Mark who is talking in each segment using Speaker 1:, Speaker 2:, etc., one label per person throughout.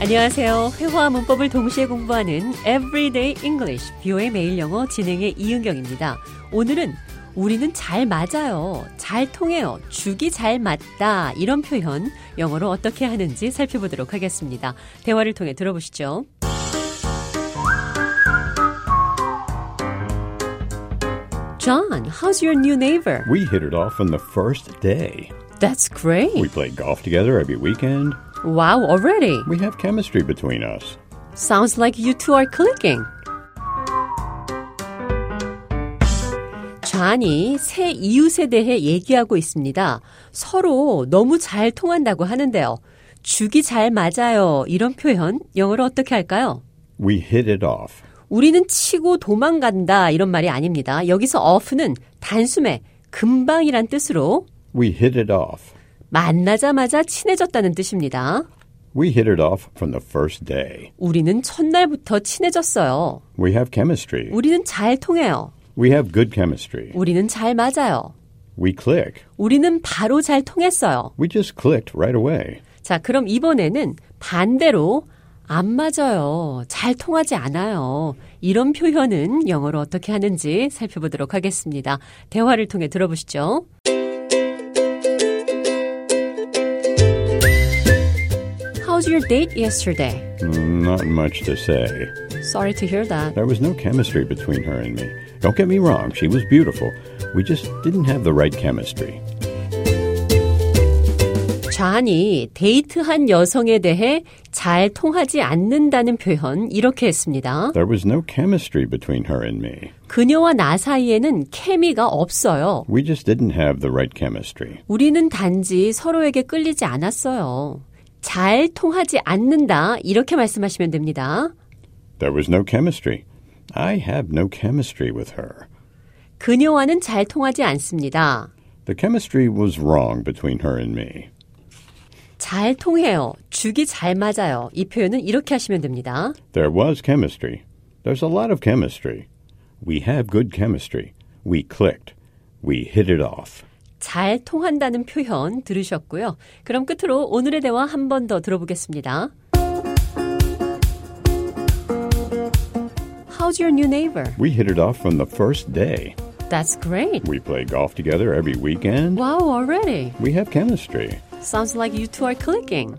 Speaker 1: 안녕하세요. 회화와 문법을 동시에 공부하는 Everyday English, 뷰의 매일 영어 진행의 이은경입니다. 오늘은 우리는 잘 맞아요, 잘 통해요, 죽이 잘 맞다 이런 표현 영어로 어떻게 하는지 살펴보도록 하겠습니다. 대화를 통해 들어보시죠. John, how's your new neighbor?
Speaker 2: We hit it off on the first day.
Speaker 1: That's
Speaker 2: We
Speaker 1: great.
Speaker 2: play golf together every weekend.
Speaker 1: Wow, already.
Speaker 2: We have chemistry between us.
Speaker 1: Sounds like you two are clicking. 좌안이 새 이웃에 대해 얘기하고 있습니다. 서로 너무 잘 통한다고 하는데요. 죽이 잘 맞아요. 이런 표현 영어로 어떻게 할까요?
Speaker 2: We hit it off.
Speaker 1: 우리는 치고 도망간다 이런 말이 아닙니다. 여기서 off는 단숨에 금방이란 뜻으로
Speaker 2: We hit it off.
Speaker 1: 만나자마자 친해졌다는 뜻입니다.
Speaker 2: We hit it off from the first day.
Speaker 1: 우리는 첫날부터 친해졌어요.
Speaker 2: We have chemistry.
Speaker 1: 우리는 잘 통해요.
Speaker 2: We have good chemistry.
Speaker 1: 우리는 잘 맞아요.
Speaker 2: We click.
Speaker 1: 우리는 바로 잘 통했어요.
Speaker 2: We just clicked right away.
Speaker 1: 자, 그럼 이번에는 반대로 안 맞아요. 잘 통하지 않아요. 이런 표현은 영어로 어떻게 하는지 살펴보도록 하겠습니다. 대화를 통해 들어보시죠. How's your date yesterday?
Speaker 2: Not much to say.
Speaker 1: Sorry to hear that.
Speaker 2: There was no chemistry between her and me. Don't get me wrong, she was beautiful. We just didn't have the right chemistry.
Speaker 1: 좌한이 데이트한 여성에 대해 잘 통하지 않는다는 표현 이렇게 했습니다.
Speaker 2: There was no chemistry between her and me.
Speaker 1: 그녀와 나 사이에는 케미가 없어요.
Speaker 2: We just didn't have the right chemistry.
Speaker 1: 우리는 단지 서로에게 끌리지 않았어요. 잘 통하지 않는다. 이렇게 말씀하시면 됩니다.
Speaker 2: There was no chemistry. I have no chemistry with her.
Speaker 1: 그녀와는 잘 통하지 않습니다.
Speaker 2: The chemistry was wrong between her and me.
Speaker 1: 잘 통해요. 죽이 잘 맞아요. 이 표현은 이렇게 하시면 됩니다.
Speaker 2: There was chemistry. There's a lot of chemistry. We have good chemistry. We clicked. We hit it off.
Speaker 1: 잘 통한다는 표현 들으셨고요. 그럼 끝으로 오늘의 대화 한 번 더 들어보겠습니다. How's your new neighbor?
Speaker 2: We hit it off from the first day.
Speaker 1: That's great.
Speaker 2: We play golf together every weekend.
Speaker 1: Wow, already.
Speaker 2: We have chemistry.
Speaker 1: Sounds like you two are clicking.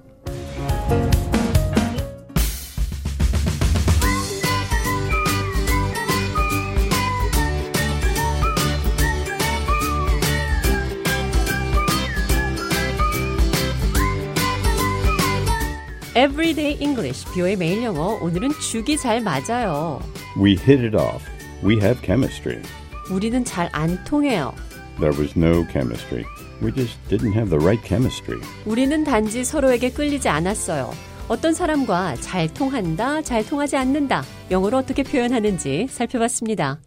Speaker 1: Everyday English, 뷰의 매일 영어. 오늘은 죽이 잘 맞아요.
Speaker 2: We hit it off. We have chemistry.
Speaker 1: 우리는 잘 안 통해요.
Speaker 2: There was no chemistry. We just didn't have the right chemistry.
Speaker 1: 우리는 단지 서로에게 끌리지 않았어요. 어떤 사람과 잘 통한다, 잘 통하지 않는다. 영어로 어떻게 표현하는지 살펴봤습니다.